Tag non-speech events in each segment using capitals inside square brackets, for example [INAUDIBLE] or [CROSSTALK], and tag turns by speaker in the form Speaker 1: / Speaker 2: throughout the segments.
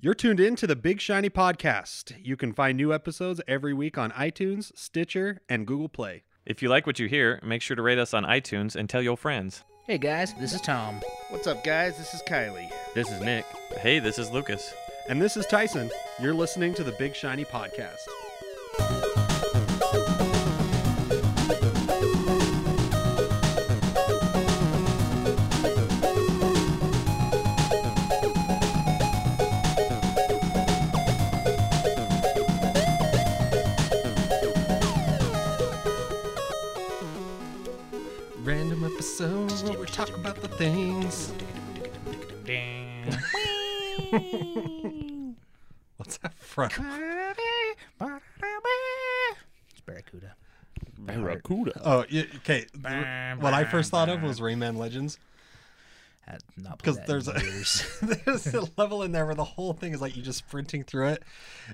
Speaker 1: You're tuned in to the Big Shiny Podcast. You can find new episodes every week on iTunes, Stitcher, and Google Play.
Speaker 2: If you like what you hear, make sure to rate us on iTunes and tell your friends.
Speaker 3: Hey guys, this is Tom.
Speaker 4: What's up, guys? This is Kylie.
Speaker 5: This is Nick.
Speaker 2: Hey, this is Lucas.
Speaker 1: And this is Tyson. You're listening to the Big Shiny Podcast.
Speaker 5: Random episode where we talk about the things. What's that from?
Speaker 3: It's Barracuda.
Speaker 2: Barracuda.
Speaker 5: Oh, y okay. What I first thought of was Rayman Legends [LAUGHS]
Speaker 3: Had not played
Speaker 5: because
Speaker 3: that
Speaker 5: there's
Speaker 3: in
Speaker 5: a
Speaker 3: years.
Speaker 5: [LAUGHS] there's a level in there where the whole thing is like you just sprinting through it,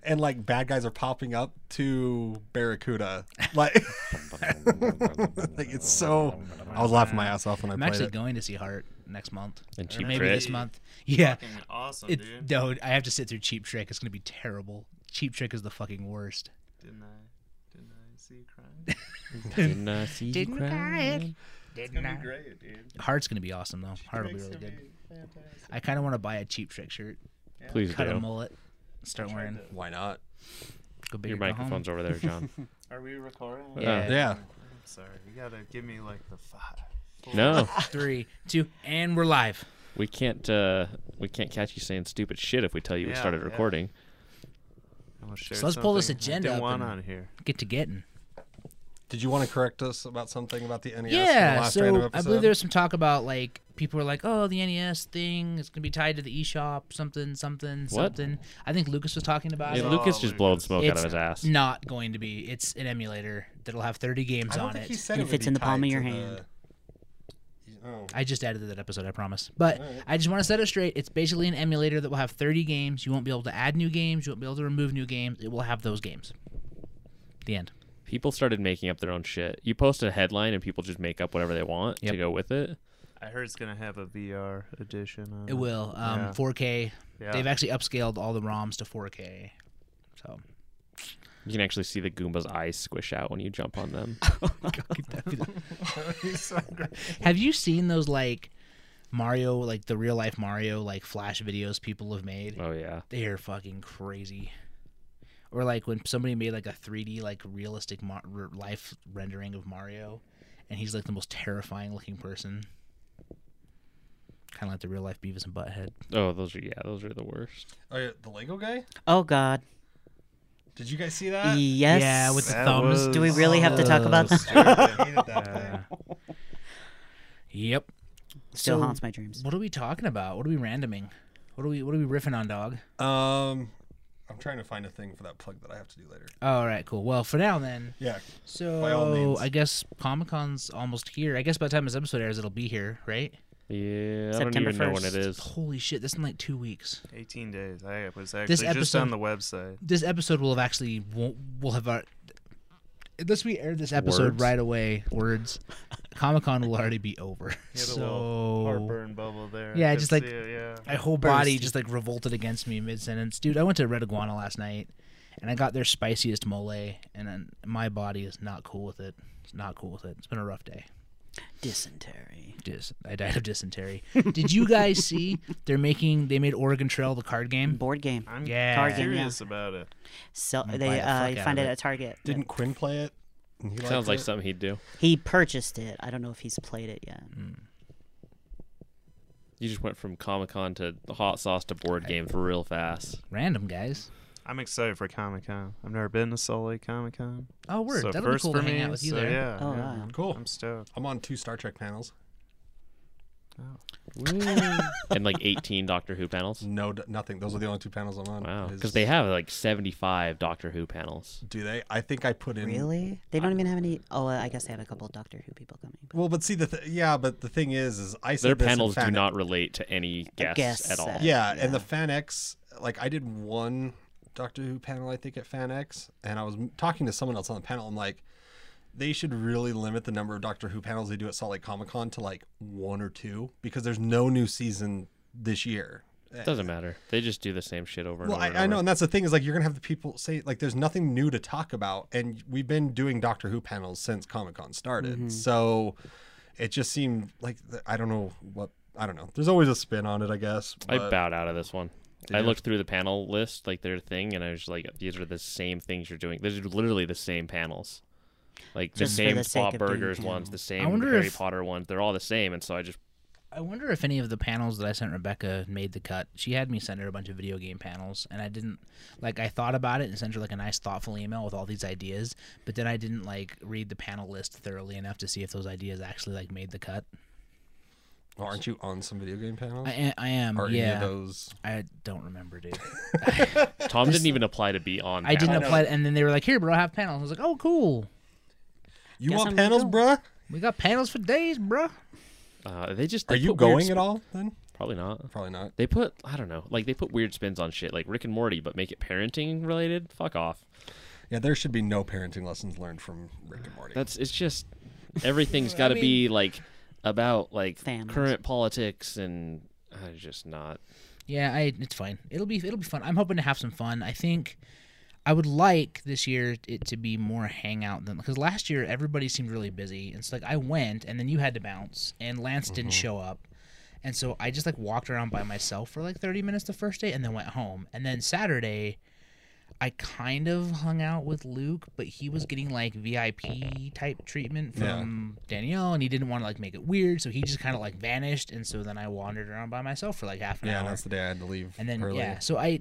Speaker 5: and like bad guys are popping up to Barracuda. [LAUGHS] Like, like it's so. I was laughing my ass off when I
Speaker 3: I'm
Speaker 5: played
Speaker 3: actually
Speaker 5: it.
Speaker 3: going to see Heart next month.
Speaker 6: And
Speaker 3: Or
Speaker 6: Cheap
Speaker 3: maybe
Speaker 6: Trick.
Speaker 3: this month. Yeah.
Speaker 7: awesome,
Speaker 3: It,
Speaker 7: dude.
Speaker 3: no, I have to sit through Cheap Trick. It's gonna be terrible. Cheap Trick is the fucking worst.
Speaker 7: Didn't I? Didn't I see you crying?
Speaker 6: Didn't [LAUGHS] I see you
Speaker 3: Didn't
Speaker 6: crying?
Speaker 7: It's gonna be great, dude.
Speaker 3: Heart's gonna be awesome though. Heart will be
Speaker 7: It's
Speaker 3: really
Speaker 7: gonna
Speaker 3: good.
Speaker 7: be fantastic.
Speaker 3: I kind of want to buy a Cheap Trick shirt,
Speaker 6: Please
Speaker 3: cut a
Speaker 6: do.
Speaker 3: mullet, start wearing
Speaker 5: Why not?
Speaker 3: go big
Speaker 6: Your
Speaker 3: or go home.
Speaker 6: microphone's over there, John. [LAUGHS]
Speaker 7: Are we recording?
Speaker 3: Yeah.
Speaker 5: Yeah.
Speaker 7: I'm sorry. You gotta give me like the five. four-
Speaker 6: no,
Speaker 3: Three, two, and we're live.
Speaker 6: we can't. Uh, we can't catch you saying stupid shit if we tell you we
Speaker 7: Yeah,
Speaker 6: started
Speaker 7: yeah.
Speaker 6: recording.
Speaker 7: I almost shared
Speaker 3: So let's pull this
Speaker 7: something I
Speaker 3: agenda
Speaker 7: didn't
Speaker 3: up
Speaker 7: want
Speaker 3: and-
Speaker 7: on here.
Speaker 3: Get to getting.
Speaker 5: Did you want to correct us about something about the NES? in the
Speaker 3: Yeah,
Speaker 5: last random
Speaker 3: so I believe
Speaker 5: episode?
Speaker 3: there was some talk about like people were like, "Oh, the NES thing is gonna be tied to the eShop, something, something,
Speaker 6: What?
Speaker 3: something." I think Lucas was talking about
Speaker 6: Hey,
Speaker 3: it.
Speaker 6: Lucas just
Speaker 7: Lucas.
Speaker 6: blowing smoke out
Speaker 3: It's
Speaker 6: of his ass.
Speaker 3: Not going to be. It's an emulator that'll have 30 games
Speaker 5: I don't
Speaker 3: on
Speaker 5: think
Speaker 3: it.
Speaker 5: he said it
Speaker 8: If
Speaker 5: would
Speaker 8: it's
Speaker 5: be
Speaker 8: in the palm
Speaker 5: tied
Speaker 8: of your
Speaker 5: to
Speaker 8: hand.
Speaker 5: the- Oh.
Speaker 3: I just added that episode, I promise. But
Speaker 5: Alright.
Speaker 3: I just want to set it straight. It's basically an emulator that will have 30 games. You won't be able to add new games. You won't be able to remove new games. It will have those games. The end.
Speaker 6: People started making up their own shit. You post a headline and people just make up whatever they want
Speaker 3: Yep.
Speaker 6: to go with it.
Speaker 7: I heard it's gonna have a VR edition. On
Speaker 3: It will. Um,
Speaker 7: Yeah.
Speaker 3: 4K.
Speaker 7: Yeah.
Speaker 3: They've actually upscaled all the ROMs to 4K. So
Speaker 6: You can actually see the Goomba's eyes squish out when you jump on them. [LAUGHS]
Speaker 3: Have you seen those like Mario, like the real life Mario, like flash videos people have
Speaker 7: Uh.
Speaker 3: made?
Speaker 6: oh yeah.
Speaker 3: They are fucking crazy. Or like when somebody made like a 3D, like realistic Mar- r- life rendering of Mario, and he's like the most terrifying looking person. Kind of like the real life Beavis and Butthead.
Speaker 6: Oh, those are yeah. Those are the worst.
Speaker 5: Oh, yeah, the Lego guy?
Speaker 8: Oh God.
Speaker 5: Did you guys see that?
Speaker 8: yes.
Speaker 3: yeah, with the
Speaker 7: That
Speaker 3: thumbs.
Speaker 7: was-
Speaker 8: Do we really have to talk about
Speaker 3: Uh,
Speaker 8: that?
Speaker 5: I hated that thing.
Speaker 3: Uh, yep.
Speaker 8: Still
Speaker 3: so-
Speaker 8: haunts my dreams.
Speaker 3: What are we talking about? What are we randoming? What are we What are we riffing on, dog?
Speaker 5: Um, I'm trying to find a thing for that plug that I have to do later.
Speaker 3: All right, cool. Well, for now then.
Speaker 5: Yeah. By all
Speaker 3: So
Speaker 5: means.
Speaker 3: I guess Comic Con's almost here. I guess by the time this episode airs, it'll be here, right?
Speaker 6: Yeah. I don't
Speaker 8: September
Speaker 6: even know when it
Speaker 8: 1st.
Speaker 6: is.
Speaker 3: Holy shit! This in like two weeks.
Speaker 7: 18 days. I was actually
Speaker 3: This
Speaker 7: just on
Speaker 3: episode-
Speaker 7: the website.
Speaker 3: This episode will have actually won't will have our, unless we air this episode
Speaker 6: Words.
Speaker 3: right away. Words, [LAUGHS] Comic Con will already be over.
Speaker 7: You had a little
Speaker 3: so
Speaker 7: heartburn bubble there. I
Speaker 3: Oh. Yeah,
Speaker 7: could
Speaker 3: just like-
Speaker 7: see it, yeah.
Speaker 3: my whole body
Speaker 5: Bursty.
Speaker 3: just like revolted against me mid sentence, dude. I went to Red Iguana last night, and I got their spiciest mole, and then my body is not cool with it. It's not cool with it. It's been a rough day.
Speaker 8: Dysentery.
Speaker 3: Dis- I died of dysentery. Did you guys see they're making they made Oregon Trail the card game?
Speaker 8: Board game.
Speaker 7: I'm
Speaker 3: Yeah.
Speaker 8: Card game, yeah.
Speaker 7: curious about it.
Speaker 8: So
Speaker 3: gonna buy
Speaker 8: they
Speaker 3: the
Speaker 8: uh,
Speaker 3: fuck
Speaker 8: you
Speaker 3: out
Speaker 8: find
Speaker 3: of
Speaker 8: it
Speaker 3: it.
Speaker 8: at Target.
Speaker 5: Didn't Quinn play it? And he
Speaker 6: Sounds
Speaker 5: liked
Speaker 6: like
Speaker 5: it?
Speaker 6: something he'd do.
Speaker 8: He purchased it. I don't know if he's played it yet.
Speaker 6: You just went from Comic Con to hot sauce to board games real fast.
Speaker 3: Random guys.
Speaker 7: I'm excited for Comic Con. I've never been to Salt Lake Comic Con.
Speaker 3: Oh, word.
Speaker 7: So
Speaker 3: That'll be
Speaker 7: first
Speaker 3: cool
Speaker 7: for
Speaker 3: to hang
Speaker 7: me.
Speaker 3: out with you
Speaker 7: so
Speaker 3: there.
Speaker 7: Yeah,
Speaker 8: Oh,
Speaker 7: yeah,
Speaker 8: wow.
Speaker 7: I'm-
Speaker 5: Cool.
Speaker 7: I'm stoked.
Speaker 5: I'm on two Star Trek panels.
Speaker 6: and like 18 Doctor Who panels.
Speaker 5: No, d- nothing. Those are the only two panels I'm on.
Speaker 6: Wow,
Speaker 5: It is-
Speaker 6: because they have like 75 Doctor Who panels.
Speaker 5: Do they? I think I put in.
Speaker 8: Really? They don't even have any. Oh, uh, I guess they have a couple of Doctor Who people coming.
Speaker 5: Well, but see the th- yeah, but the thing is, is I said
Speaker 6: Their
Speaker 5: this and
Speaker 6: panels do
Speaker 5: found it-
Speaker 6: not relate to any guests
Speaker 8: guess
Speaker 6: at all.
Speaker 8: that-
Speaker 5: Yeah,
Speaker 8: Yeah.
Speaker 5: and the Fan X, like I did one Doctor Who panel, I think at Fan X, and I was m- talking to someone else on the panel. I'm like, they should really limit the number of Doctor Who panels they do at Salt Lake Comic Con to like one or two because there's no new season this year.
Speaker 6: It doesn't matter. They just do the same shit over
Speaker 5: Well,
Speaker 6: and over.
Speaker 5: I,
Speaker 6: and
Speaker 5: I know,
Speaker 6: over.
Speaker 5: and that's the thing is like you're gonna have the people say like there's nothing new to talk about, and we've been doing Doctor Who panels since Comic Con started, so it just seemed like th- I don't know what I don't know. There's always a spin on it, I guess.
Speaker 6: I
Speaker 5: but-
Speaker 6: bowed out of this one. I
Speaker 5: you?
Speaker 6: looked through the panel list, like their thing, and I was like, "These are the same things you're doing. These are literally the same panels, like the
Speaker 8: Just for
Speaker 6: same
Speaker 8: the sake
Speaker 6: Bob
Speaker 8: of doing
Speaker 6: Burgers
Speaker 8: panel.
Speaker 6: ones, the same
Speaker 3: wonder
Speaker 6: Harry
Speaker 3: if-
Speaker 6: Potter ones. They're all the same." And so I just
Speaker 8: [LAUGHS]
Speaker 3: I wonder if any of the panels that I sent Rebecca made the cut. She had me send her a bunch of video game panels, and I didn't like. I thought about it and sent her like a nice, thoughtful email with all these ideas, but then I didn't like read the panel list thoroughly enough to see if those ideas actually like made the cut.
Speaker 5: Well, aren't you on some video game panels?
Speaker 3: I, I am,
Speaker 5: Are any of
Speaker 3: yeah.
Speaker 5: those?
Speaker 3: I don't remember, dude.
Speaker 6: Tom didn't even apply to be on.
Speaker 3: I didn't
Speaker 6: panels.
Speaker 3: apply, and then they were like, "Here, bro, I have panels." I was like, "Oh, cool.
Speaker 5: You
Speaker 8: Guess
Speaker 5: want
Speaker 8: I'm gonna
Speaker 5: panels,
Speaker 8: go.
Speaker 5: bruh?
Speaker 3: We got panels for days, bro."
Speaker 6: Uh, they just
Speaker 5: Are
Speaker 6: they
Speaker 5: you
Speaker 6: put weird
Speaker 5: going
Speaker 6: sp-
Speaker 5: at all? Then
Speaker 6: Probably not.
Speaker 5: probably not.
Speaker 6: They put I don't know, like they put weird spins on shit, like Rick and Morty, but make it parenting related. Fuck off.
Speaker 5: Yeah, there should be no parenting lessons learned from Rick and Morty.
Speaker 6: That's it's just
Speaker 8: [LAUGHS]
Speaker 6: everything's got to be like about like
Speaker 8: Families.
Speaker 6: current politics and uh, just not.
Speaker 3: Yeah, I it's fine. It'll be it'll be fun. I'm hoping to have some fun. I think I would like this year it to be more hangout than because last year everybody seemed really busy. It's like I went and then you had to bounce and Lance didn't
Speaker 5: Mm-hmm.
Speaker 3: show up. And so I just like walked around by myself for like 30 minutes the first day and then went home. And then Saturday I kind of hung out with Luke, but he was getting like VIP type treatment from Danielle and he didn't want to like make it weird, so he just kind of like vanished and so then I wandered around by myself for like half an
Speaker 5: yeah,
Speaker 3: hour
Speaker 5: that's the day I had to leave.
Speaker 3: and then
Speaker 5: early.
Speaker 3: yeah so i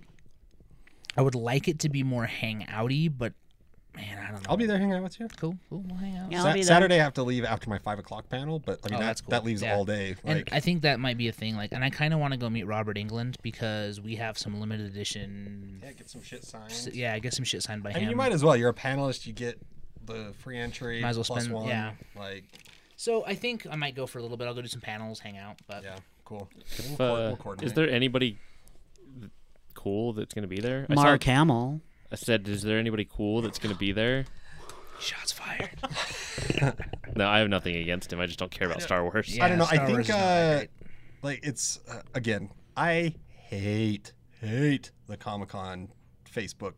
Speaker 3: i would like it to be more hangouty but man i don't know
Speaker 5: I'll be there hanging out with you.
Speaker 3: cool cool we'll hang out
Speaker 8: Yeah, I'll
Speaker 5: Sa-
Speaker 8: be there.
Speaker 5: Saturday I have to leave after my five o'clock panel, but I mean
Speaker 3: Oh,
Speaker 5: that,
Speaker 3: that's cool.
Speaker 5: that leaves
Speaker 3: Yeah.
Speaker 5: all day. Like,
Speaker 3: and i think that might be a thing like and i kind of want to go meet robert england because we have some limited edition
Speaker 5: Yeah, get some shit signed.
Speaker 3: s- yeah i guess some shit signed by
Speaker 5: I
Speaker 3: him
Speaker 5: mean, you might as well. You're a panelist. You get the free entry.
Speaker 3: Might as well
Speaker 5: plus
Speaker 3: spend-
Speaker 5: one.
Speaker 3: yeah.
Speaker 5: Like,
Speaker 3: so i think i might go for a little bit i'll go do some panels hang out but
Speaker 5: yeah, cool.
Speaker 6: Uh, is there anybody cool that's gonna be there? I,
Speaker 8: Mark
Speaker 6: saw,
Speaker 8: Hamill.
Speaker 6: I said, is there anybody cool that's gonna be there?
Speaker 3: shots fired
Speaker 6: [LAUGHS] No, I have nothing against him. I just don't care about Star Wars.
Speaker 3: Yeah.
Speaker 5: I don't know.
Speaker 3: Star
Speaker 5: I
Speaker 3: Wars
Speaker 5: think
Speaker 3: is not that
Speaker 5: uh,
Speaker 3: great.
Speaker 5: like it's uh, again. I hate hate the Comic Con Facebook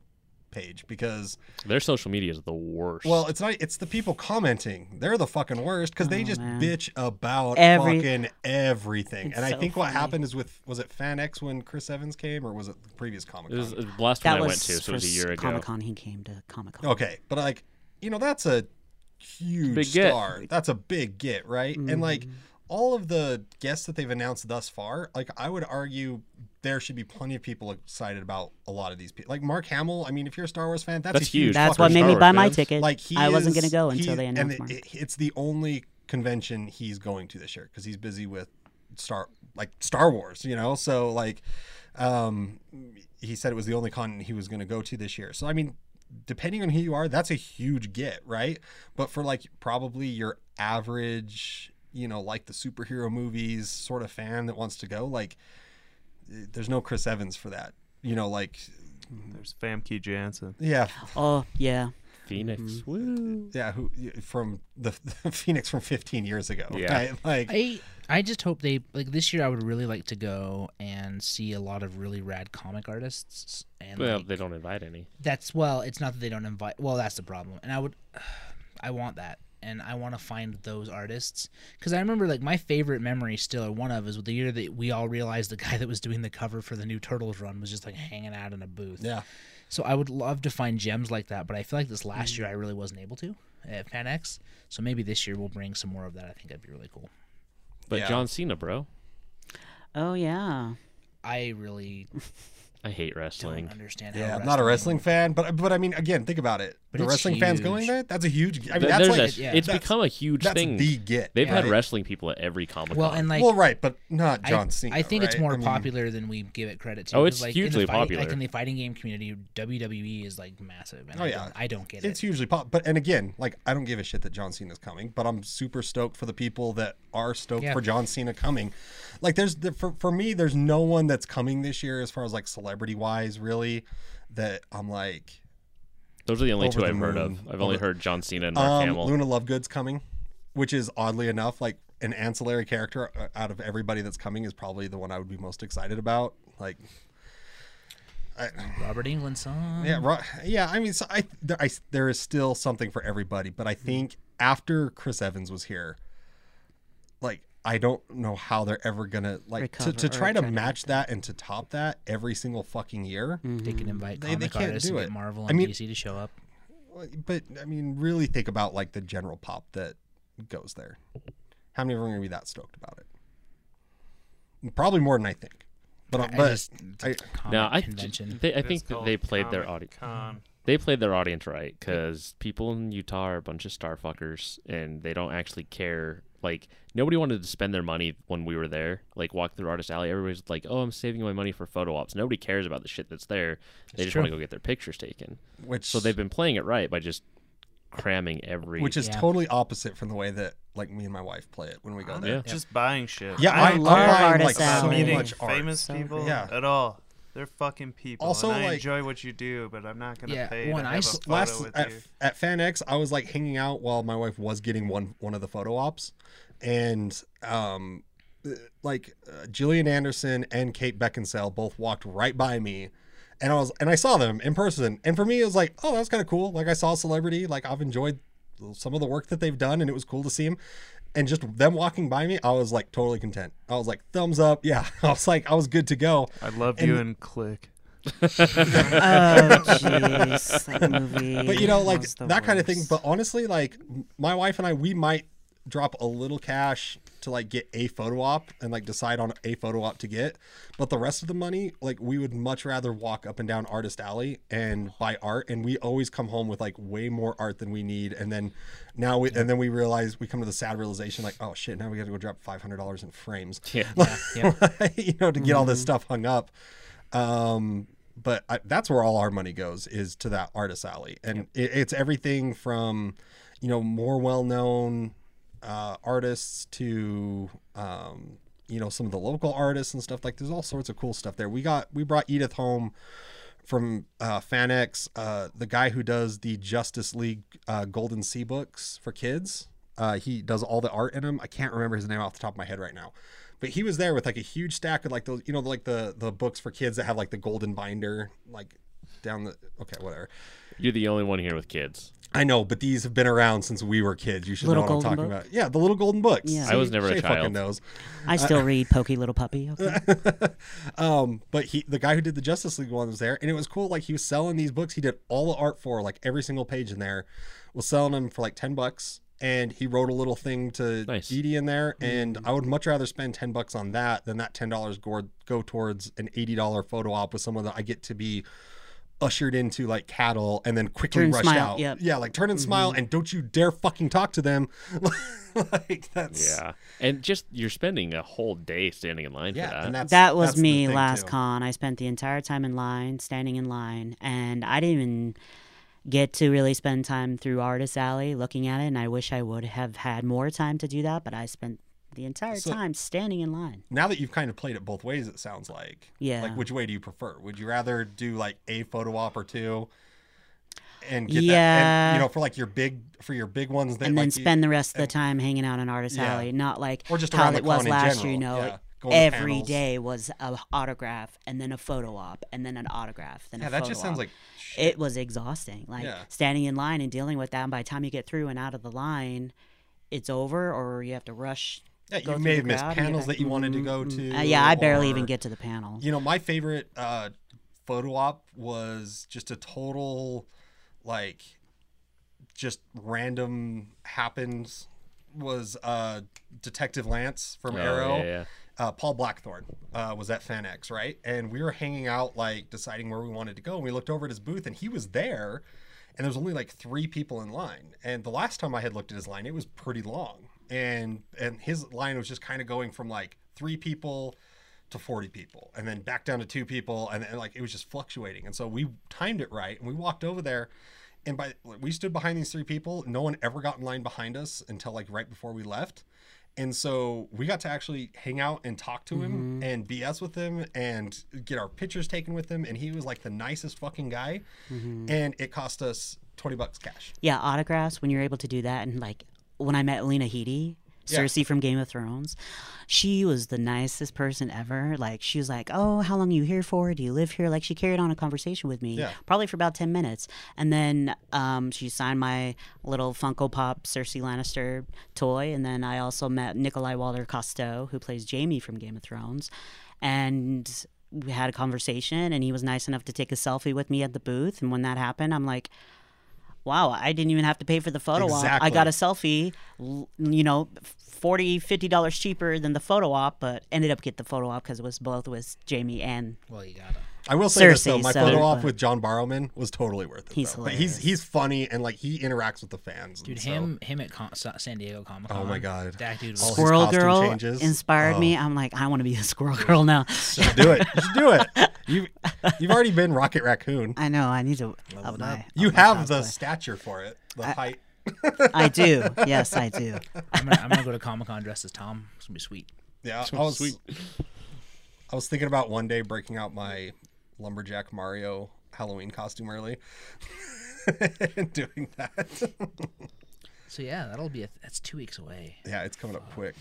Speaker 5: page because
Speaker 6: Their social media is the worst.
Speaker 5: well it's not it's the people commenting they're the fucking worst because they
Speaker 8: Oh,
Speaker 5: just
Speaker 8: man.
Speaker 5: bitch about
Speaker 8: Every-
Speaker 5: fucking everything and
Speaker 8: It's
Speaker 5: i
Speaker 8: so
Speaker 5: think what
Speaker 8: funny.
Speaker 5: happened is with was it fanex when chris evans came or was it the previous comic
Speaker 6: it was,
Speaker 5: con
Speaker 6: it was the last
Speaker 8: That
Speaker 6: one I
Speaker 8: was
Speaker 6: went to, so it was a year ago.
Speaker 8: Comic Con. He came to Comic Con.
Speaker 5: Okay, but like, you know, that's a huge
Speaker 6: big get. Mm-hmm.
Speaker 5: star. That's a big get, right? And like all of the guests that they've announced thus far, like I would argue there should be plenty of people excited about a lot of these people. Like Mark Hamill, I mean, if you're a Star Wars fan, that's,
Speaker 6: That's
Speaker 5: a huge.
Speaker 6: huge.
Speaker 8: That's
Speaker 6: fucking
Speaker 8: what made
Speaker 6: Star
Speaker 8: me
Speaker 6: Wars
Speaker 8: buy my
Speaker 6: fans.
Speaker 8: ticket.
Speaker 5: Like he
Speaker 8: I wasn't
Speaker 5: is-
Speaker 8: gonna go
Speaker 5: he-
Speaker 8: until they announced
Speaker 5: and
Speaker 8: Mark.
Speaker 5: it- It's the only convention he's going to this year because he's busy with Star like Star Wars, you know. So like, um, he said it was the only con he was going to go to this year. So I mean, depending on who you are, that's a huge get, right? But for like probably your average, you know, like the superhero movies sort of fan that wants to go, like, there's no Chris Evans for that, you know, like.
Speaker 7: There's Famke Jansen.
Speaker 5: Yeah,
Speaker 8: Oh yeah.
Speaker 6: Phoenix.
Speaker 8: Mm-hmm.
Speaker 5: yeah, who from the, [LAUGHS] Phoenix from 15 years ago.
Speaker 6: Yeah.
Speaker 5: right? like
Speaker 3: I I just hope they like this year. I would really like to go and see a lot of really rad comic artists. And
Speaker 6: Well,
Speaker 3: like,
Speaker 6: they don't invite any.
Speaker 3: that's well it's not that they don't invite well that's the problem and i would [SIGHS] i want that and i want to find those artists because i remember like my favorite memory still or one of is the year that we all realized the guy that was doing the cover for the new turtles run was just like hanging out in a booth
Speaker 5: Yeah.
Speaker 3: so i would love to find gems like that but i feel like this
Speaker 5: Mm.
Speaker 3: last year i really wasn't able to at panx so maybe this year we'll bring some more of that i think that'd be really cool
Speaker 6: But
Speaker 5: Yeah.
Speaker 6: John Cena, bro.
Speaker 8: Oh yeah.
Speaker 3: i really
Speaker 6: I hate
Speaker 3: don't
Speaker 6: wrestling.
Speaker 3: understand
Speaker 5: Yeah,
Speaker 3: how
Speaker 5: I'm not a wrestling fan, but but I mean, again, think about it.
Speaker 3: But
Speaker 5: the
Speaker 3: it's
Speaker 5: wrestling fans
Speaker 3: huge.
Speaker 5: going there, that's a huge. I mean,
Speaker 6: Th-
Speaker 5: that's
Speaker 6: there's
Speaker 5: like
Speaker 6: a-
Speaker 3: yeah.
Speaker 6: it's
Speaker 5: that's-
Speaker 6: become a huge
Speaker 5: that's
Speaker 6: thing.
Speaker 5: the get.
Speaker 6: They've had
Speaker 5: right?
Speaker 6: wrestling people at every comic
Speaker 3: well
Speaker 6: con.
Speaker 3: and like
Speaker 5: well, right, but not
Speaker 3: I-
Speaker 5: John Cena.
Speaker 3: I think it's
Speaker 5: right?
Speaker 3: more
Speaker 5: I mean,
Speaker 3: popular than we give it credit to.
Speaker 6: Oh,
Speaker 3: 'cause,
Speaker 6: it's
Speaker 3: like, in the
Speaker 6: hugely
Speaker 3: fighting- Like
Speaker 6: popular.
Speaker 3: in the fighting game community, WWE is like massive. And
Speaker 5: Oh,
Speaker 3: I
Speaker 5: yeah.
Speaker 3: don't, I don't get
Speaker 5: It's
Speaker 3: it.
Speaker 5: hugely pop, but and again, like I don't give a shit that John Cena's coming, but I'm super stoked for the people that are stoked
Speaker 3: Yeah.
Speaker 5: for John Cena coming. Like, there's the, for for me, there's no one that's coming this year as far as like celebrity wise, really, that I'm like,
Speaker 6: Those are the only
Speaker 5: Over
Speaker 6: two
Speaker 5: the
Speaker 6: I've heard of.
Speaker 5: Moon,
Speaker 6: I've only
Speaker 5: over-
Speaker 6: heard John Cena and Mark
Speaker 5: Um,
Speaker 6: Hamill.
Speaker 5: Luna Lovegood's coming, which is oddly enough like an ancillary character uh, out of everybody that's coming is probably the one I would be most excited about. Like,
Speaker 3: Robert England song.
Speaker 5: yeah, right, yeah. I mean, so I, there, I there is still something for everybody, but I think after Chris Evans was here, like I don't know how they're ever gonna like
Speaker 8: Recover
Speaker 5: to, to
Speaker 8: or
Speaker 5: try to
Speaker 8: try to
Speaker 5: match that and to top that every single fucking year.
Speaker 3: They can invite
Speaker 5: They- they
Speaker 3: comic
Speaker 5: can't
Speaker 3: artists
Speaker 5: do
Speaker 3: and
Speaker 5: it.
Speaker 3: get Marvel
Speaker 5: I
Speaker 3: and
Speaker 5: mean-
Speaker 3: DC to show up.
Speaker 5: But I mean, really think about like the general pop that goes there. How many of them are gonna be that stoked about it? Probably more than I think. But
Speaker 3: I
Speaker 5: but
Speaker 3: just-
Speaker 5: I,
Speaker 3: Comic
Speaker 6: No, I,
Speaker 3: convention.
Speaker 6: they, I
Speaker 7: It's
Speaker 6: think that
Speaker 7: called
Speaker 6: they played their audience.
Speaker 7: Comic-Con.
Speaker 6: They played their audience right because people in Utah are a bunch of star fuckers and they don't actually care. Like nobody wanted to spend their money when we were there. Like walk through Artist Alley, everybody's like, "Oh, I'm saving my money for photo ops." Nobody cares about the shit that's there. They just want to
Speaker 3: true.
Speaker 6: go get their pictures taken.
Speaker 5: which
Speaker 6: So they've been playing it right by just cramming every.
Speaker 5: which is
Speaker 3: Yeah. Ah,
Speaker 5: totally opposite from the way that like me and my wife play it when we go
Speaker 7: I'm
Speaker 5: there.
Speaker 7: just buying shit.
Speaker 5: Yeah,
Speaker 7: I
Speaker 5: I
Speaker 7: don't
Speaker 5: love
Speaker 7: care
Speaker 5: buying like
Speaker 8: artists out.
Speaker 5: so
Speaker 7: about meeting
Speaker 5: much art.
Speaker 7: famous
Speaker 8: So
Speaker 7: people
Speaker 8: great.
Speaker 5: Yeah.
Speaker 7: at all. They're fucking people.
Speaker 5: Also,
Speaker 7: and I
Speaker 5: like-
Speaker 7: enjoy what you do, but I'm not gonna
Speaker 3: Yeah,
Speaker 7: pay to
Speaker 3: when I
Speaker 7: have
Speaker 3: s-
Speaker 7: a photo
Speaker 5: Last
Speaker 7: with
Speaker 5: at,
Speaker 7: you.
Speaker 5: at FanX, I was like hanging out while my wife was getting one one of the photo ops, and um, uh, like uh, Gillian Anderson and Kate Beckinsale both walked right by me, and I was and I saw them in person, and for me it was like, oh, that was kind of cool. Like I saw a celebrity, like I've enjoyed some of the work that they've done, and it was cool to see them. And just them walking by me, I was like totally content. I was like thumbs up, yeah. [LAUGHS] I was like I was good to go.
Speaker 7: I love
Speaker 5: and-
Speaker 7: you and click.
Speaker 8: Oh, jeez. That movie.
Speaker 5: but you know like
Speaker 8: was
Speaker 5: that
Speaker 8: the
Speaker 5: kind of thing
Speaker 8: worst.
Speaker 5: but honestly like m- my wife and i we might drop a little cash to like get a photo op and like decide on a photo op to get but the rest of the money like we would much rather walk up and down artist alley and buy art and we always come home with like way more art than we need and then now we and then we realize we come to the sad realization like oh shit now we gotta go drop $500 in frames [LAUGHS]
Speaker 6: Yeah.
Speaker 5: you know to get all this stuff hung up um but I, that's where all our money goes is to that artist alley and it, it's everything from you know more well-known uh, artists to um, you know some of the local artists and stuff like there's all sorts of cool stuff there we got we brought edith home from uh, fanex uh, the guy who does the justice league uh, golden sea books for kids uh, he does all the art in them i can't remember his name off the top of my head right now but he was there with like a huge stack of like those you know like the the books for kids that have like the golden binder like down the okay whatever
Speaker 6: You're the only one here with kids.
Speaker 5: I know, but these have been around since we were kids. You should
Speaker 8: Little
Speaker 5: know what I'm
Speaker 8: Golden
Speaker 5: talking
Speaker 8: Book?
Speaker 5: about. Yeah, the little golden books.
Speaker 8: Yeah.
Speaker 6: I was never a
Speaker 5: Shay fucking
Speaker 6: child.
Speaker 5: knows.
Speaker 8: I
Speaker 5: Uh,
Speaker 8: still read Pokey
Speaker 5: [LAUGHS]
Speaker 8: Little Puppy. Okay.
Speaker 5: Um, but he, the guy who did the Justice League one was there, and it was cool. Like he was selling these books. He did all the art for like every single page in there. Was selling them for like ten bucks, and he wrote a little thing to
Speaker 6: Nice. Mm-hmm.
Speaker 5: Edie in there. And I would much rather spend ten bucks on that than that ten dollars go, go towards an eighty dollar photo op with someone that I get to be ushered into like cattle and then quickly
Speaker 8: Turn and
Speaker 5: rushed
Speaker 8: smile,
Speaker 5: out.
Speaker 8: yep. Mm-hmm.
Speaker 5: Yeah, like turn and smile, and don't you dare fucking talk to them. [LAUGHS] like that's
Speaker 6: Yeah, and just you're spending a whole day standing in line
Speaker 5: yeah,
Speaker 6: for that.
Speaker 5: and that's
Speaker 8: That was
Speaker 5: that's the
Speaker 8: me
Speaker 5: thing,
Speaker 8: last
Speaker 5: too.
Speaker 8: con. I spent the entire time in line, standing in line, and I didn't even get to really spend time through Artist Alley looking at it. And I wish I would have had more time to do that, but I spent the entire
Speaker 5: So-
Speaker 8: time standing in line.
Speaker 5: now that you've kind of played it both ways, it sounds like.
Speaker 8: Yeah.
Speaker 5: Like, which way do you prefer? Would you rather do like a photo op or two, and get that,
Speaker 8: Yeah.
Speaker 5: and, you know, for like your big for your big ones, that,
Speaker 8: and then
Speaker 5: like, you-
Speaker 8: spend the rest of the time hanging out in Artist
Speaker 5: Yeah.
Speaker 8: Alley, not like
Speaker 5: Or just
Speaker 8: how
Speaker 5: around the
Speaker 8: it was
Speaker 5: con in
Speaker 8: last year. You
Speaker 5: general,
Speaker 8: know,
Speaker 5: yeah.
Speaker 8: like
Speaker 5: Going to
Speaker 8: every
Speaker 5: panels.
Speaker 8: day was an autograph, and then a photo op, and then an autograph, then
Speaker 5: yeah,
Speaker 8: a
Speaker 5: that
Speaker 8: photo
Speaker 5: just sounds
Speaker 8: op.
Speaker 5: like shit.
Speaker 8: it was exhausting. Like
Speaker 5: Yeah.
Speaker 8: standing in line and dealing with that. And by the time you get through and out of the line, it's over, or you have to rush.
Speaker 5: Yeah,
Speaker 8: go
Speaker 5: you
Speaker 8: through
Speaker 5: may
Speaker 8: the
Speaker 5: have missed
Speaker 8: crowd and get
Speaker 5: panels
Speaker 8: back.
Speaker 5: that you wanted to go to.
Speaker 8: Uh, yeah, I barely even
Speaker 5: or-
Speaker 8: get to the panel.
Speaker 5: You know, my favorite uh, photo op was just a total, like, just random happens. Was uh, Detective Lance from
Speaker 6: Oh,
Speaker 5: Arrow?
Speaker 6: yeah, yeah.
Speaker 5: uh, Paul Blackthorne uh, was at FanX, right? And we were hanging out, like deciding where we wanted to go. And we looked over at his booth, and he was there. And there was only like three people in line. And the last time I had looked at his line, it was pretty long. And and his line was just kind of going from like three people to 40 people and then back down to two people and, and like it was just fluctuating and so we timed it right and we walked over there and by we stood behind these three people no one ever got in line behind us until like right before we left and so we got to actually hang out and talk to him
Speaker 8: Mm-hmm.
Speaker 5: and BS with him and get our pictures taken with him. And he was like the nicest fucking guy.
Speaker 8: Mm-hmm.
Speaker 5: And it cost us 20 bucks cash.
Speaker 8: Yeah, autographs when you're able to do that, and like when I met Lena Headey, Cersei from Game of Thrones. She was the nicest person ever. Like she was like, "Oh, how long you here for? Do you live here?" Like she carried on a conversation with me,
Speaker 5: Yeah.
Speaker 8: probably for about ten minutes, and then um, she signed my little Funko Pop Cersei Lannister toy, and then I also met Nikolai Walter Costo, who plays Jamie from Game of Thrones, and we had a conversation, and he was nice enough to take a selfie with me at the booth, and when that happened, I'm like wow, I didn't even have to pay for the photo op. I
Speaker 5: Exactly.
Speaker 8: got a selfie, l- you know, 40 $50 cheaper than the photo op, but ended up getting the photo op because it was both with Jamie and
Speaker 3: Well, you gotta.
Speaker 5: I will say this
Speaker 8: Cersei,
Speaker 5: though, my
Speaker 8: so-
Speaker 5: photo op
Speaker 8: but-
Speaker 5: with John Barrowman was totally worth it.
Speaker 8: He's
Speaker 5: though. Like, he's he's funny and like he interacts with the fans. and
Speaker 3: Dude,
Speaker 5: so-
Speaker 3: him him at Con- Sa- San Diego Comic Con.
Speaker 5: Oh my God.
Speaker 3: that dude
Speaker 5: All
Speaker 3: was
Speaker 5: his
Speaker 8: Squirrel
Speaker 5: costume
Speaker 8: Girl
Speaker 5: changes. Oh.
Speaker 8: inspired me. I'm like, I want to be a Squirrel Girl now.
Speaker 5: You should do it. You should do
Speaker 8: [LAUGHS]
Speaker 5: it. You you've already been Rocket Raccoon.
Speaker 8: I know. I need to. Up my,
Speaker 5: You
Speaker 8: up my
Speaker 5: have the
Speaker 8: cosplay.
Speaker 5: stature for it. The height.
Speaker 8: [LAUGHS] I do. Yes,
Speaker 5: [LAUGHS]
Speaker 8: I do.
Speaker 3: I'm gonna, I'm gonna go to Comic Con dressed as Tom. It's gonna be sweet. [LAUGHS]
Speaker 5: Yeah. I was, I was thinking about one day breaking out my lumberjack Mario Halloween costume early. [LAUGHS] and doing that. [LAUGHS]
Speaker 3: So yeah, that'll be a, that's two weeks away.
Speaker 5: Yeah, it's coming up quick.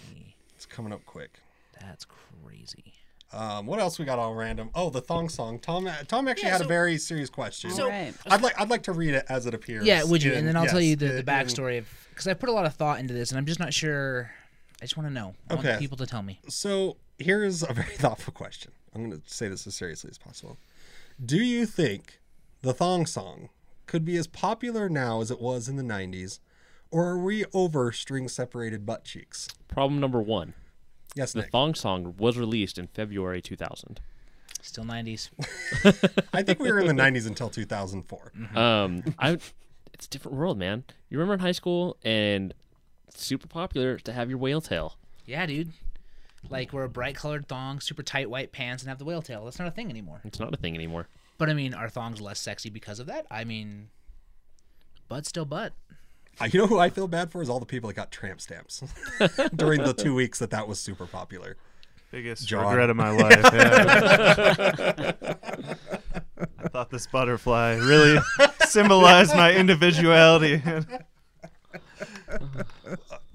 Speaker 5: It's coming up quick.
Speaker 3: That's crazy.
Speaker 5: Um, what else we got all random? Oh, the thong song. Tom Tom actually
Speaker 3: Yeah,
Speaker 5: had
Speaker 3: so-
Speaker 5: a very serious question.
Speaker 3: So-
Speaker 8: Right.
Speaker 5: I'd like I'd like to read it as it appears.
Speaker 3: Yeah, would you?
Speaker 5: in-
Speaker 3: And then I'll tell
Speaker 5: yes,
Speaker 3: you the,
Speaker 5: in-
Speaker 3: the backstory of because I put a lot of thought into this, and I'm just not sure. I just want to know. I want
Speaker 5: Okay.
Speaker 3: the people to tell me.
Speaker 5: So here's a [LAUGHS] very thoughtful question. I'm going to say this as seriously as possible. Do you think the thong song could be as popular now as it was in the 90s, or are we over string separated butt cheeks?
Speaker 6: Problem number one:
Speaker 5: Yes,
Speaker 6: the
Speaker 5: Nick.
Speaker 6: thong song was released in February 2000.
Speaker 3: Still 90s.
Speaker 5: I think we were in
Speaker 6: [LAUGHS]
Speaker 5: the 90s until 2004.
Speaker 6: Um, I, it's a different world, man. You remember in high school and super popular to have your whale tail.
Speaker 3: Yeah, dude. Like wear a bright colored thong, super tight white pants, and have the whale tail. That's not a thing anymore.
Speaker 6: It's not a thing anymore.
Speaker 3: But I mean, are thongs less sexy because of that? I mean, butt still butt.
Speaker 5: Uh, You know who I feel bad for is all the people that got tramp stamps [LAUGHS] during the two weeks that that was super popular.
Speaker 7: Biggest
Speaker 5: John. [LAUGHS]
Speaker 7: regret of my life. yeah. I thought this butterfly
Speaker 5: [LAUGHS]
Speaker 7: really symbolized my individuality. [LAUGHS]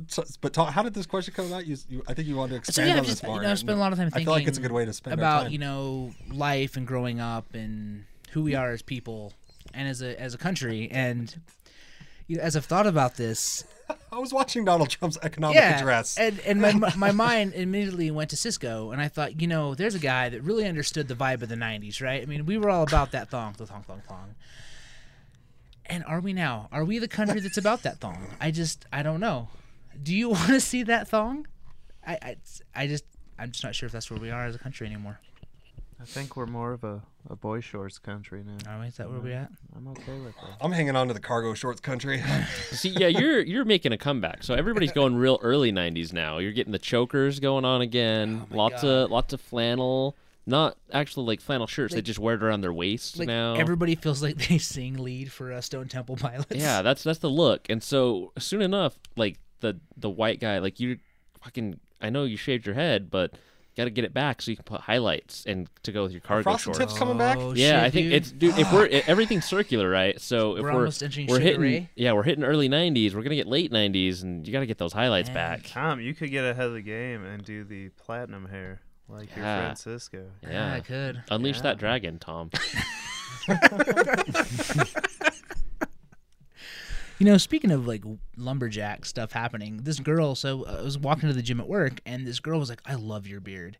Speaker 5: So, but Ta- how did this question come about? You, you, I think you wanted to
Speaker 3: So
Speaker 5: expand
Speaker 3: yeah,
Speaker 5: on
Speaker 3: I've just
Speaker 5: this more.
Speaker 3: you know, I've spent a lot of time
Speaker 5: I
Speaker 3: thinking.
Speaker 5: feel like it's a good way to spend our
Speaker 3: about
Speaker 5: time.
Speaker 3: you know life and growing up and who we are as people and as a as a country. And you know, as I've thought about this,
Speaker 5: I was watching Donald Trump's economic
Speaker 3: yeah,
Speaker 5: address.
Speaker 3: and and my my mind immediately went to Cisco, and I thought, you know, there's a guy that really understood the vibe of the '90s, right? I mean, we were all about that thong, the thong, thong, thong. And are we now? Are we the country that's about that thong? I just, I don't know. Do you [LAUGHS] want to see that thong? I, I, I just, I'm just not sure if that's where we are as a country anymore.
Speaker 7: I think we're more of a, a boy shorts country now.
Speaker 3: Are we? Is that where we at?
Speaker 7: I'm okay with that.
Speaker 5: I'm hanging on to the cargo shorts country.
Speaker 6: See, yeah, you're you're making a comeback. So everybody's going real early '90s now. You're getting the chokers going on again. lots of lots of flannel. Not actually like flannel shirts. they just wear it around their waist
Speaker 3: Like
Speaker 6: now.
Speaker 3: everybody feels like they sing lead for uh, Stone Temple Pilots. [LAUGHS]
Speaker 6: yeah, that's that's the look. And so soon enough, like the the white guy, like you fucking. I know you shaved your head, but got to get it back so you can put highlights and to go with your [LAUGHS] cargo
Speaker 5: Frosted
Speaker 6: shorts.
Speaker 5: Tips coming back.
Speaker 3: Oh,
Speaker 6: Yeah,
Speaker 3: shit,
Speaker 6: I think
Speaker 3: dude.
Speaker 6: it's dude.
Speaker 3: [GASPS]
Speaker 6: If we're everything's circular, right? So if
Speaker 3: We're
Speaker 6: we're
Speaker 3: almost entering
Speaker 6: we're
Speaker 3: Sugar
Speaker 6: hitting
Speaker 3: Ray.
Speaker 6: yeah, we're hitting early '90s. We're gonna get late '90s, and you got to get those highlights back.
Speaker 7: Tom, you could get ahead of the game and do the platinum hair like your
Speaker 6: Yeah.
Speaker 7: Francisco.
Speaker 3: Yeah,
Speaker 6: Yeah,
Speaker 3: I could.
Speaker 6: unleash that
Speaker 3: [LAUGHS]
Speaker 6: dragon, Tom.
Speaker 3: You know, speaking of like lumberjack stuff happening, this girl. So uh, I was walking to the gym at work, and this girl was like, "I love your beard,"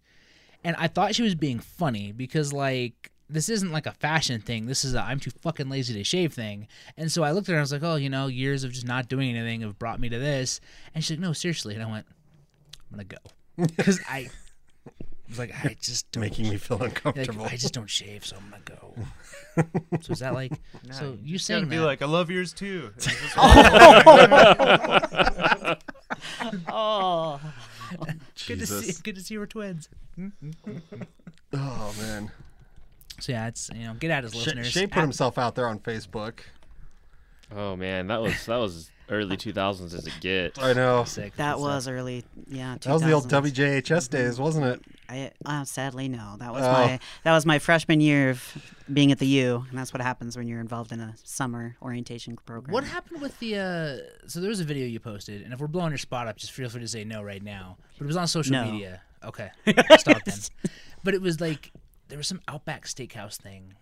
Speaker 3: and I thought she was being funny because like this isn't like a fashion thing. This is a I'm too fucking lazy to shave thing. And so I looked at her, and I was like, "Oh, you know, years of just not doing anything have brought me to this." And she's like, "No, seriously," and I went, "I'm gonna go," because I was like, "I just don't."
Speaker 5: Making me feel
Speaker 3: like,
Speaker 5: uncomfortable.
Speaker 3: I just don't shave, so I'm gonna go. so is that like? so you
Speaker 7: Gotta
Speaker 3: saying
Speaker 7: be
Speaker 3: that?
Speaker 7: like, I love yours
Speaker 3: [LAUGHS]
Speaker 7: too.
Speaker 8: Oh,
Speaker 3: good to see,
Speaker 5: Jesus.
Speaker 3: [LAUGHS] good to see we're twins.
Speaker 5: Oh man.
Speaker 3: So yeah, it's you know, get at us,
Speaker 5: Sh-
Speaker 3: listeners.
Speaker 5: Shane put
Speaker 3: At-
Speaker 5: himself out there on Facebook.
Speaker 6: Oh man, that was that was early 2000s as it gets.
Speaker 5: I know.
Speaker 3: Sick.
Speaker 8: That
Speaker 3: It's
Speaker 8: was early, yeah.
Speaker 5: That was the old
Speaker 8: 2000s.
Speaker 5: WJHS
Speaker 3: Mm-hmm.
Speaker 5: days, wasn't it?
Speaker 8: I uh, sadly no. That was
Speaker 5: Oh.
Speaker 8: my that was my freshman year of being at the U, and that's what happens when you're involved in a summer orientation program.
Speaker 3: What happened with the? uh So there was a video you posted, and if we're blowing your spot up, just feel free to say no right now. But it was on social
Speaker 8: No.
Speaker 3: media.
Speaker 8: [LAUGHS]
Speaker 3: Okay, I'll stop then. But it was like there was some Outback Steakhouse thing,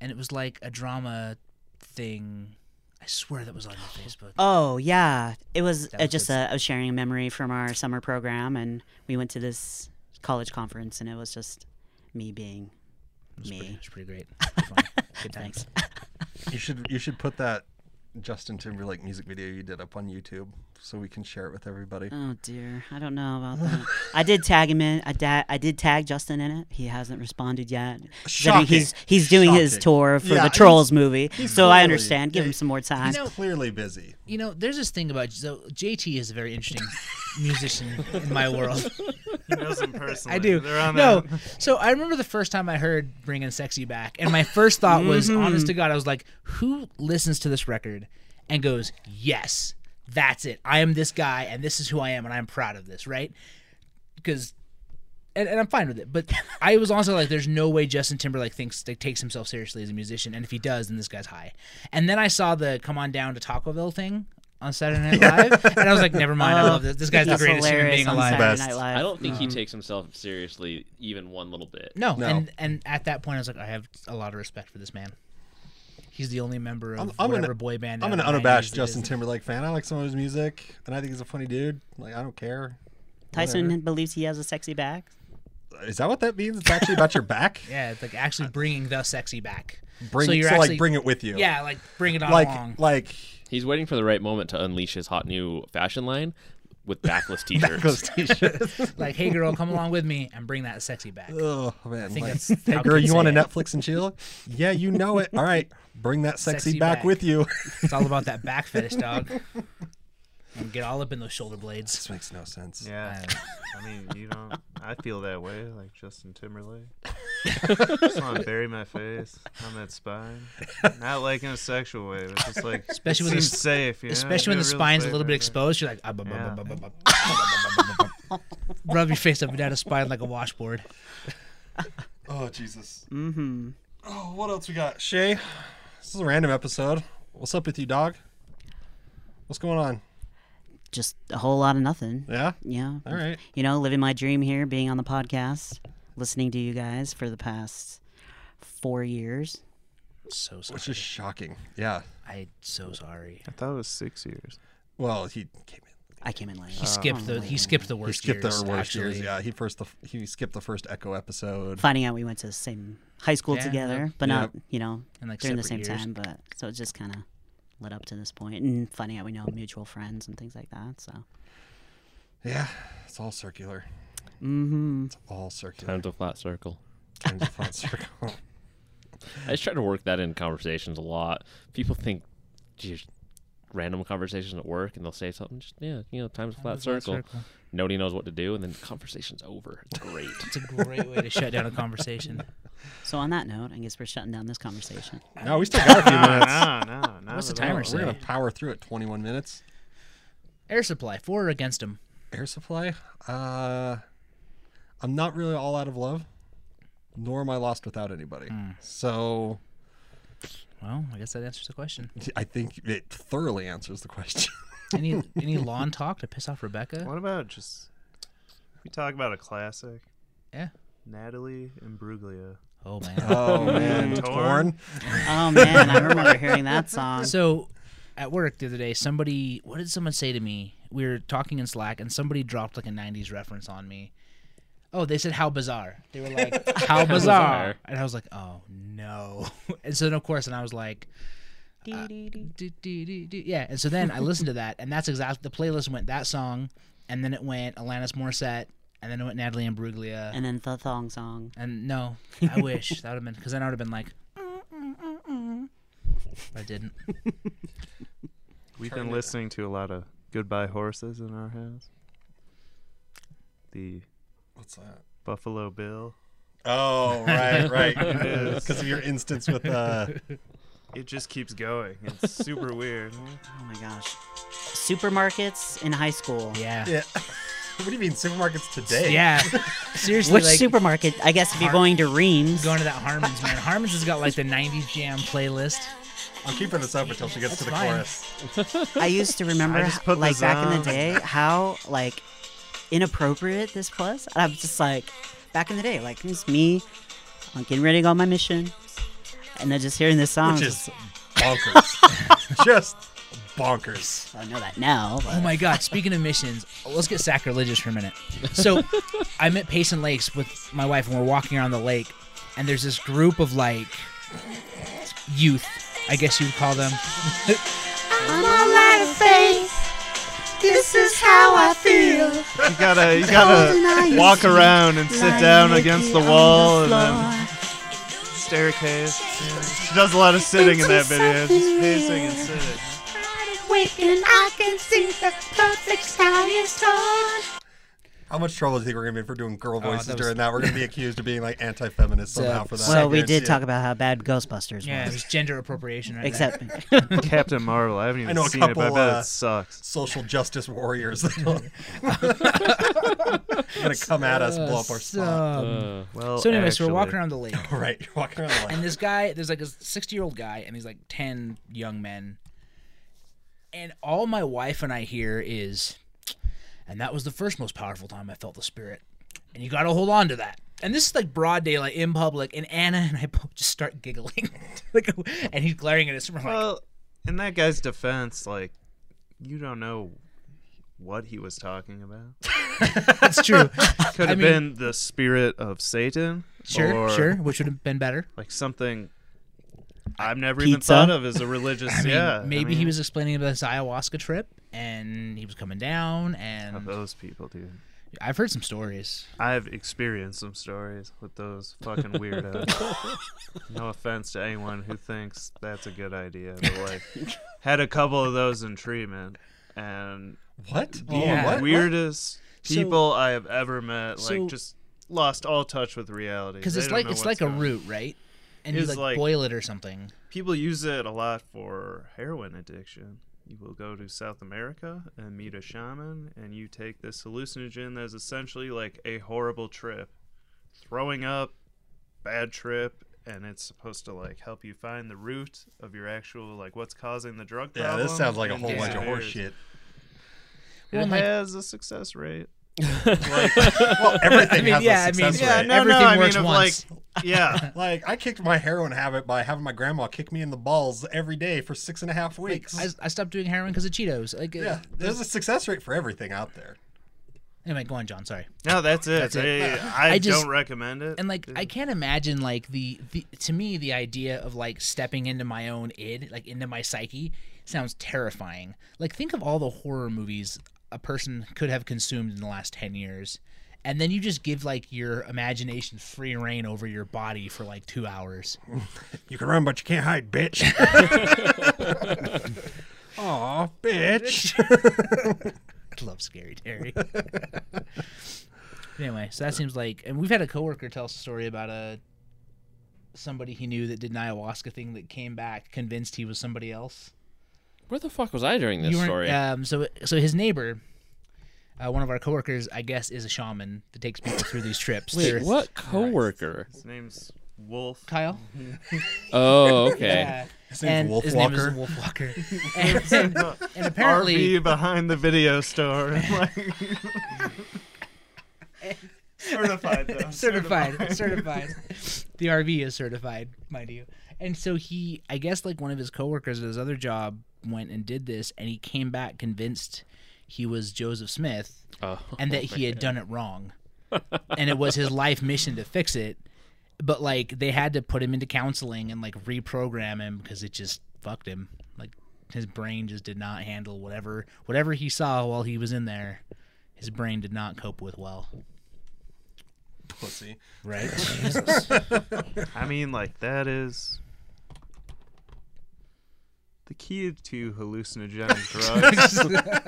Speaker 3: and it was like a drama thing. I swear that was on your Facebook.
Speaker 8: Oh yeah, it was
Speaker 3: That
Speaker 8: uh,
Speaker 3: was
Speaker 8: just
Speaker 3: good
Speaker 8: a, a sharing a memory from our summer program, and we went to this college conference, and it was just me being
Speaker 3: it was pretty,
Speaker 8: me.
Speaker 3: it was pretty great. It was
Speaker 8: [LAUGHS]
Speaker 3: fun. Good times.
Speaker 5: You should you should put that Justin Timberlake music video you did up on YouTube so we can share it with everybody.
Speaker 3: Mm.
Speaker 8: Oh dear, I don't know about that. I did tag him in. I, da- I did tag Justin in it. He hasn't responded yet.
Speaker 5: Shocking.
Speaker 8: He's he's doing his
Speaker 5: Shocking.
Speaker 8: tour for
Speaker 5: Yeah,
Speaker 8: the
Speaker 5: he's-
Speaker 8: Trolls movie, so
Speaker 5: totally-
Speaker 8: I understand. Give
Speaker 5: yeah,
Speaker 8: him some more time.
Speaker 5: He's clearly busy.
Speaker 3: You know, there's this thing about so JT is a very interesting musician in my world.
Speaker 7: He knows him personally.
Speaker 3: I do.
Speaker 7: They're on
Speaker 3: no.
Speaker 7: that-
Speaker 3: So I remember the first time I heard "Bringing Sexy Back," and my first thought was,
Speaker 7: Mm-hmm.
Speaker 3: honest to God, I was like, "Who listens to this record and goes, yes, that's it. I am this guy, and this is who I am, and I'm proud of this, right?" Because and, and I'm fine with it,
Speaker 7: [LAUGHS]
Speaker 3: but I was also like, "There's no way Justin Timberlake thinks like, takes himself seriously as a musician, and if he does, then this guy's high." And then I saw the "Come on down to Tacoville" thing on Saturday Night Live, and I was like, "Never mind, I
Speaker 8: Oh,
Speaker 3: love this.
Speaker 7: [LAUGHS]
Speaker 3: This guy's the
Speaker 8: He's
Speaker 3: greatest human
Speaker 8: hilarious
Speaker 3: being
Speaker 8: on
Speaker 3: alive."
Speaker 8: Saturday
Speaker 5: Best.
Speaker 8: Night Live.
Speaker 6: I don't
Speaker 3: Um,
Speaker 6: think he takes himself seriously even one little bit.
Speaker 3: No,
Speaker 5: No.
Speaker 3: and and at that point, I was like, I have a lot of respect for this man. He's the only member of
Speaker 5: I'm- I'm
Speaker 3: whatever
Speaker 5: an-
Speaker 3: boy band.
Speaker 5: I'm an
Speaker 3: out of the 90s
Speaker 5: unabashed
Speaker 3: that
Speaker 5: Justin
Speaker 3: is-
Speaker 5: Timberlake fan. I like some of his music, and I think he's a funny dude. Like I don't care.
Speaker 8: Tyson
Speaker 5: Whatever.
Speaker 8: believes he has a sexy back.
Speaker 5: Is that what that means? It's actually
Speaker 3: [LAUGHS]
Speaker 5: about your back.
Speaker 3: Yeah, it's like actually bringing the sexy back.
Speaker 5: Bring
Speaker 3: so
Speaker 5: it,
Speaker 3: you're
Speaker 5: so
Speaker 3: actually
Speaker 5: like bring it with you.
Speaker 3: Yeah, like bring it on
Speaker 5: Like
Speaker 3: along.
Speaker 5: like
Speaker 6: He's waiting for the right moment to unleash his hot new fashion line with backless
Speaker 3: [LAUGHS]
Speaker 6: t-shirts.
Speaker 5: those t-shirts.
Speaker 3: Like, hey girl, come along with me and bring that sexy back.
Speaker 5: oh man.
Speaker 3: think
Speaker 5: like,
Speaker 3: that's
Speaker 5: hey
Speaker 3: how
Speaker 5: girl,
Speaker 3: kids
Speaker 5: you want to
Speaker 3: say it.
Speaker 5: Netflix and chill? Yeah, you know it. All right, bring that sexy,
Speaker 3: Sexy
Speaker 5: back,
Speaker 3: back.
Speaker 5: with you.
Speaker 3: It's all about that back fetish, dog. And get all up in those shoulder blades.
Speaker 5: this makes no sense.
Speaker 7: Yeah.
Speaker 3: Uh,
Speaker 7: I mean, you don't. I feel that way, like Justin [LAUGHS] Timberlake. just want to bury my face on that spine. Not like in a sexual way, but just like
Speaker 3: Especially
Speaker 7: it
Speaker 3: when the
Speaker 7: seems
Speaker 3: sp-
Speaker 7: safe. You know?
Speaker 3: Especially when
Speaker 7: Feel
Speaker 3: the
Speaker 7: real
Speaker 3: spine's a
Speaker 7: safe
Speaker 3: little bit
Speaker 7: right there.
Speaker 3: exposed, you're like, ah, bu- bu- bu-
Speaker 7: Yeah.
Speaker 3: bu- bu- bu- bu- bu- bu- bu- bu- rub your face up and down a spine like a washboard.
Speaker 5: Oh Jesus.
Speaker 8: Mm-hmm.
Speaker 5: Oh, what else we got? Shay, this is a random episode. What's up with you, dog? What's going on?
Speaker 8: Just a whole lot of nothing.
Speaker 5: Yeah.
Speaker 8: Yeah.
Speaker 5: All right.
Speaker 8: You know, living my dream here, being on the podcast, listening to you guys for the past four years.
Speaker 3: So sorry.
Speaker 5: Which is shocking. Yeah.
Speaker 3: I'm so sorry.
Speaker 7: I thought it was six years.
Speaker 5: Well, he came in.
Speaker 8: I came in late.
Speaker 3: He skipped the he skipped the
Speaker 5: He
Speaker 3: worst
Speaker 5: skipped
Speaker 3: years.
Speaker 5: the worst
Speaker 3: actually.
Speaker 5: years. Yeah. He first the he skipped the first Echo episode.
Speaker 8: Uh, Finding out we went to the same high school
Speaker 3: Yeah,
Speaker 8: together,
Speaker 3: yep.
Speaker 8: but
Speaker 5: Yep.
Speaker 8: not you know
Speaker 3: And like
Speaker 8: during the same
Speaker 3: separate years.
Speaker 8: time. But so it just kind of led up to this point, and finding out we know mutual friends and things like that. So,
Speaker 5: Yeah. It's all circular.
Speaker 8: mm-hmm.
Speaker 5: It's all circular.
Speaker 6: Time to flat circle.
Speaker 5: Times a flat circle.
Speaker 6: I just try to work that in conversations a lot. People think just random conversations at work and they'll say something just yeah, you know, time's a flat circle. Nobody knows what to do and then the conversation's over. It's [LAUGHS] great.
Speaker 3: It's a great way to shut down a
Speaker 8: [LAUGHS]
Speaker 3: conversation.
Speaker 8: so on that note, I guess we're shutting down this conversation.
Speaker 5: no, we still got a few
Speaker 7: [LAUGHS] No,
Speaker 5: minutes.
Speaker 7: no, no, no.
Speaker 3: What's the
Speaker 7: but
Speaker 3: timer
Speaker 7: that-
Speaker 5: Oh, We're gonna
Speaker 3: say?
Speaker 5: power through it. 21 minutes.
Speaker 3: Air supply for or against him.
Speaker 5: Air supply. Uh, I'm not really all out of love, nor am I lost without anybody.
Speaker 3: Hmm.
Speaker 5: So
Speaker 3: Well, I guess that answers the question.
Speaker 5: I think it thoroughly answers the question.
Speaker 3: Any any lawn talk to piss off Rebecca?
Speaker 7: What about just? We talk about a classic.
Speaker 3: Yeah.
Speaker 7: Natalie Imbruglia.
Speaker 3: Oh
Speaker 5: [LAUGHS]
Speaker 3: man.
Speaker 5: Oh man, [LAUGHS] torn.
Speaker 8: Oh man, I remember
Speaker 3: [LAUGHS]
Speaker 8: hearing that song.
Speaker 3: so at work the other day, somebody what did someone say to me? We were talking in Slack and somebody dropped like a nineties reference on me. Oh, they said how bizarre. They were
Speaker 8: [LAUGHS]
Speaker 3: like, How bizarre.
Speaker 6: bizarre.
Speaker 3: And I was like, Oh no. [LAUGHS] And so then of course and I was like
Speaker 8: Uh,
Speaker 3: do, do, do, do. Yeah, and so then I listened to that, and that's exactly the playlist went that song, and then it went Alanis Morissette, and then it went Natalie Imbruglia, and,
Speaker 8: And then the thong song.
Speaker 3: no, I wish that would have been because then I would have been like, "Mm, I didn't.
Speaker 7: We've been listening to a lot of Goodbye Horses in our house. The
Speaker 5: What's that?
Speaker 7: Buffalo Bill.
Speaker 5: Oh right, right. [LAUGHS]
Speaker 7: Yes.
Speaker 5: Because of your instance with uh,
Speaker 7: It just keeps going. It's [LAUGHS] super weird.
Speaker 8: Oh my gosh. Supermarkets in high school.
Speaker 3: Yeah.
Speaker 5: Yeah. what do you mean supermarkets today?
Speaker 3: Yeah. Seriously,
Speaker 8: Which
Speaker 3: like
Speaker 8: supermarket? I guess if you're
Speaker 3: Har-
Speaker 8: going to Reams.
Speaker 3: going to that Harmon's man. Harmon's has got like the '90s jam playlist.
Speaker 5: I'm keeping this up until she gets to the
Speaker 3: That's fine.
Speaker 5: chorus.
Speaker 8: I used to remember,
Speaker 7: I just put
Speaker 8: like
Speaker 7: this
Speaker 8: back in
Speaker 7: on.
Speaker 8: the day, how like inappropriate this was. And I was just like, back in the day, like it's me, I'm getting ready to go on my mission, and then just hearing this song.
Speaker 5: Which
Speaker 8: I was
Speaker 3: [LAUGHS]
Speaker 5: is bonkers. just bonkers.
Speaker 8: just, I know that now. But
Speaker 3: Oh my God! Speaking of missions, let's get sacrilegious for a minute. So, I'm at Payson Lakes with my wife, and we're walking around the lake, and there's this group of like youth, I guess you would call them.
Speaker 7: You gotta, you gotta walk around and sit down against the wall and then staircase. Yeah. She does a lot of sitting in that video. Just pacing and sitting.
Speaker 5: How much trouble do you think we're gonna be in for doing girl voices
Speaker 3: Oh, that was-
Speaker 5: during that? We're
Speaker 3: [LAUGHS]
Speaker 5: gonna be accused of being like anti-feminist somehow for that.
Speaker 8: Well, we did talk about how bad Ghostbusters
Speaker 3: Yeah,
Speaker 8: was.
Speaker 3: there's gender appropriation. Right
Speaker 8: Except [LAUGHS]
Speaker 7: Captain Marvel. I haven't even
Speaker 5: I know a
Speaker 7: seen it,
Speaker 5: couple,
Speaker 7: but I bet
Speaker 5: uh,
Speaker 7: it sucks.
Speaker 5: social justice warriors. [LAUGHS]
Speaker 3: [LAUGHS]
Speaker 5: They're gonna come at us, blow up our spot.
Speaker 6: Uh,
Speaker 7: Well,
Speaker 3: so, anyways, so we're
Speaker 7: actually,
Speaker 3: walking around the lake.
Speaker 5: All right, you're walking around like
Speaker 3: And this guy, there's like a 60 year old guy, and he's like 10 young men. And all my wife and I hear is, and that was the first most powerful time I felt the spirit. And you got to hold on to that. And this is like broad daylight in public, and Anna and I [LAUGHS] both just start giggling. [LAUGHS] like, and he's glaring at us. And we're like,
Speaker 7: Well, in that guy's defense, like, you don't know what he was talking about.
Speaker 3: that's
Speaker 7: [LAUGHS]
Speaker 3: true.
Speaker 7: Could have
Speaker 3: mean-
Speaker 7: been the spirit of Satan.
Speaker 3: sure,
Speaker 7: or,
Speaker 3: sure, which would have been better.
Speaker 7: Like something I've never even
Speaker 8: Pizza?
Speaker 7: thought of as a religious.
Speaker 3: [LAUGHS] I mean,
Speaker 7: yeah, I
Speaker 3: maybe he
Speaker 7: mean,
Speaker 3: was explaining about his ayahuasca trip, and he was coming down,
Speaker 7: [LAUGHS] of
Speaker 3: and
Speaker 7: Those people, dude.
Speaker 3: I've heard some stories.
Speaker 7: I've experienced some stories with those fucking weirdos.
Speaker 3: [LAUGHS]
Speaker 7: no offense to anyone who thinks that's a good idea, but like, had a couple of those in treatment, and
Speaker 5: what?
Speaker 7: the
Speaker 3: Yeah.
Speaker 5: what?
Speaker 7: weirdest
Speaker 3: So-
Speaker 7: people I have ever met. Like,
Speaker 3: so-
Speaker 7: just lost all touch with reality.
Speaker 3: Because
Speaker 7: They
Speaker 3: it's
Speaker 7: don't
Speaker 3: like
Speaker 7: know
Speaker 3: it's
Speaker 7: what's
Speaker 3: like a
Speaker 7: going on.
Speaker 3: root, right? And you
Speaker 7: It's
Speaker 3: like,
Speaker 7: like-
Speaker 3: boil it or something.
Speaker 7: People use it a lot for heroin addiction. You will go to South America and meet a shaman, and you take this hallucinogen that is essentially like a horrible trip, throwing up, bad trip, and it's supposed to like help you find the root of your actual like what's causing the drug
Speaker 5: Yeah,
Speaker 7: problem.
Speaker 5: this sounds like a
Speaker 7: and
Speaker 5: whole bunch of
Speaker 7: disappears.
Speaker 5: horseshit.
Speaker 7: It
Speaker 3: Well, like-
Speaker 7: has a
Speaker 3: [LAUGHS]
Speaker 7: success rate.
Speaker 5: Well, everything has
Speaker 3: yeah, [LAUGHS] I
Speaker 5: a
Speaker 3: mean,
Speaker 5: success
Speaker 3: yeah,
Speaker 5: rate.
Speaker 3: no- Everything works
Speaker 7: of,
Speaker 3: once.
Speaker 7: like, yeah,
Speaker 5: Like I kicked my heroin habit by having my grandma kick me in the balls every day for six and a half weeks.
Speaker 3: I, I stopped doing heroin because of Cheetos. Like, uh,
Speaker 5: yeah, there's a success rate for everything out there.
Speaker 3: Anyway, go on, John. Sorry.
Speaker 5: [LAUGHS]
Speaker 7: no, that's it.
Speaker 3: That's it.
Speaker 7: They-
Speaker 3: [LAUGHS]
Speaker 7: I,
Speaker 3: I just-
Speaker 7: don't recommend it.
Speaker 3: And like, I can't imagine like the, the to me the idea of like stepping into my own id, like into my psyche, sounds terrifying. Like, think of all the horror movies a person could have consumed in the last ten years, and then you just give like your imagination free reign over your body for like two hours.
Speaker 5: You can run, but you can't hide, [LAUGHS] bitch. Aw, bitch.
Speaker 3: I [LAUGHS] love Scary Terry.
Speaker 5: [LAUGHS]
Speaker 3: anyway, so that seems like, and we've had a coworker tell us a story about a somebody he knew that did an ayahuasca thing that came back convinced he was somebody else.
Speaker 6: where the fuck was I during this
Speaker 3: You weren't-
Speaker 6: story?
Speaker 3: Um, so, so his neighbor, uh, one of our coworkers, I guess, is a shaman that takes people through these trips.
Speaker 6: Wait,
Speaker 3: They're- [LAUGHS]
Speaker 6: what coworker?
Speaker 7: His name's Wolf.
Speaker 3: Kyle?
Speaker 6: Oh, okay.
Speaker 3: Yeah.
Speaker 5: His name's
Speaker 3: And
Speaker 5: Wolf
Speaker 3: his name
Speaker 5: Walker.
Speaker 3: is Wolf Walker. and,
Speaker 5: [LAUGHS]
Speaker 6: [LAUGHS]
Speaker 3: and, and apparently,
Speaker 7: RV behind the video store. and, like, certified
Speaker 3: [LAUGHS]
Speaker 7: though.
Speaker 3: certified, certified. The RV is certified, mind you. And so he, I guess, like one of his coworkers at his other job went and did this, and he came back convinced he was Joseph Smith
Speaker 6: Oh.
Speaker 3: and that he had done it wrong, and it [LAUGHS] was his life mission to fix it. But like they had to put him into counseling and like reprogram him because it just fucked him. Like his brain just did not handle whatever whatever he saw while he was in there. His brain did not cope with well.
Speaker 5: Pussy.
Speaker 3: [LAUGHS] Right.
Speaker 7: I mean, like that is the key
Speaker 5: [LAUGHS]
Speaker 7: to hallucinogenic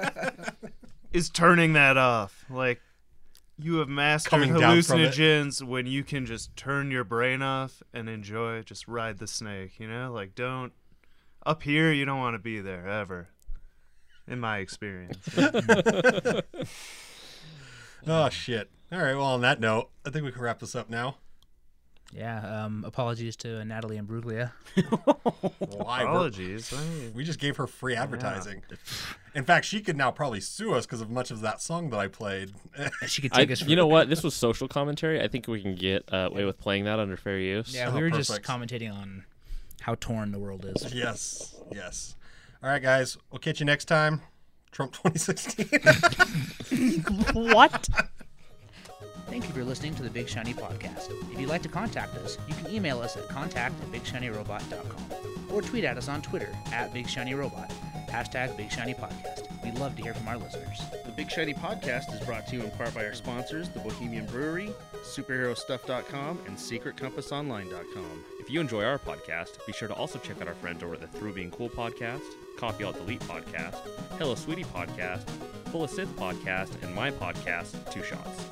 Speaker 7: drugs is turning that off. Like you have mastered
Speaker 5: Coming down from it.
Speaker 7: hallucinogens when you can just turn your brain off and enjoy. Just ride the snake, you know. Like don't Up here, you don't want to be there ever. In my experience,
Speaker 5: Oh shit. All right. Well, on that note, I think we can wrap this up [LAUGHS] now.
Speaker 3: Yeah. Um, apologies to Natalie and Bruglia.
Speaker 5: Why? We're-
Speaker 7: apologies. I-
Speaker 5: We just gave her free advertising. In fact, she could now probably sue us because of much of that song that I played. [LAUGHS]
Speaker 3: She could
Speaker 6: I,
Speaker 3: take us. For,
Speaker 6: you know what? This was social commentary. I think we can get uh, away with playing that under fair use.
Speaker 3: Yeah,
Speaker 5: Oh,
Speaker 3: we were just
Speaker 5: perfect.
Speaker 3: commentating on how torn the world is.
Speaker 5: yes. Yes. All right, guys. We'll catch you next time. Trump 2016.
Speaker 8: What?
Speaker 3: Thank you for listening to the Big Shiny Podcast. If you'd like to contact us, you can email us at contact at BigShinyRobot.com or tweet at us on Twitter at Big Shiny Robot, hashtag Big Shiny Podcast. We'd love to hear from our listeners.
Speaker 4: The Big Shiny Podcast is brought to you in part by our sponsors, the Bohemian Brewery, SuperheroStuff.com, and SecretCompassOnline.com.
Speaker 6: If you enjoy our podcast, be sure to also check out our friends over at the Through Being Cool podcast, Coffee Out Delete podcast, Hello Sweetie podcast, Full of Sith podcast, and my podcast, Two Shots.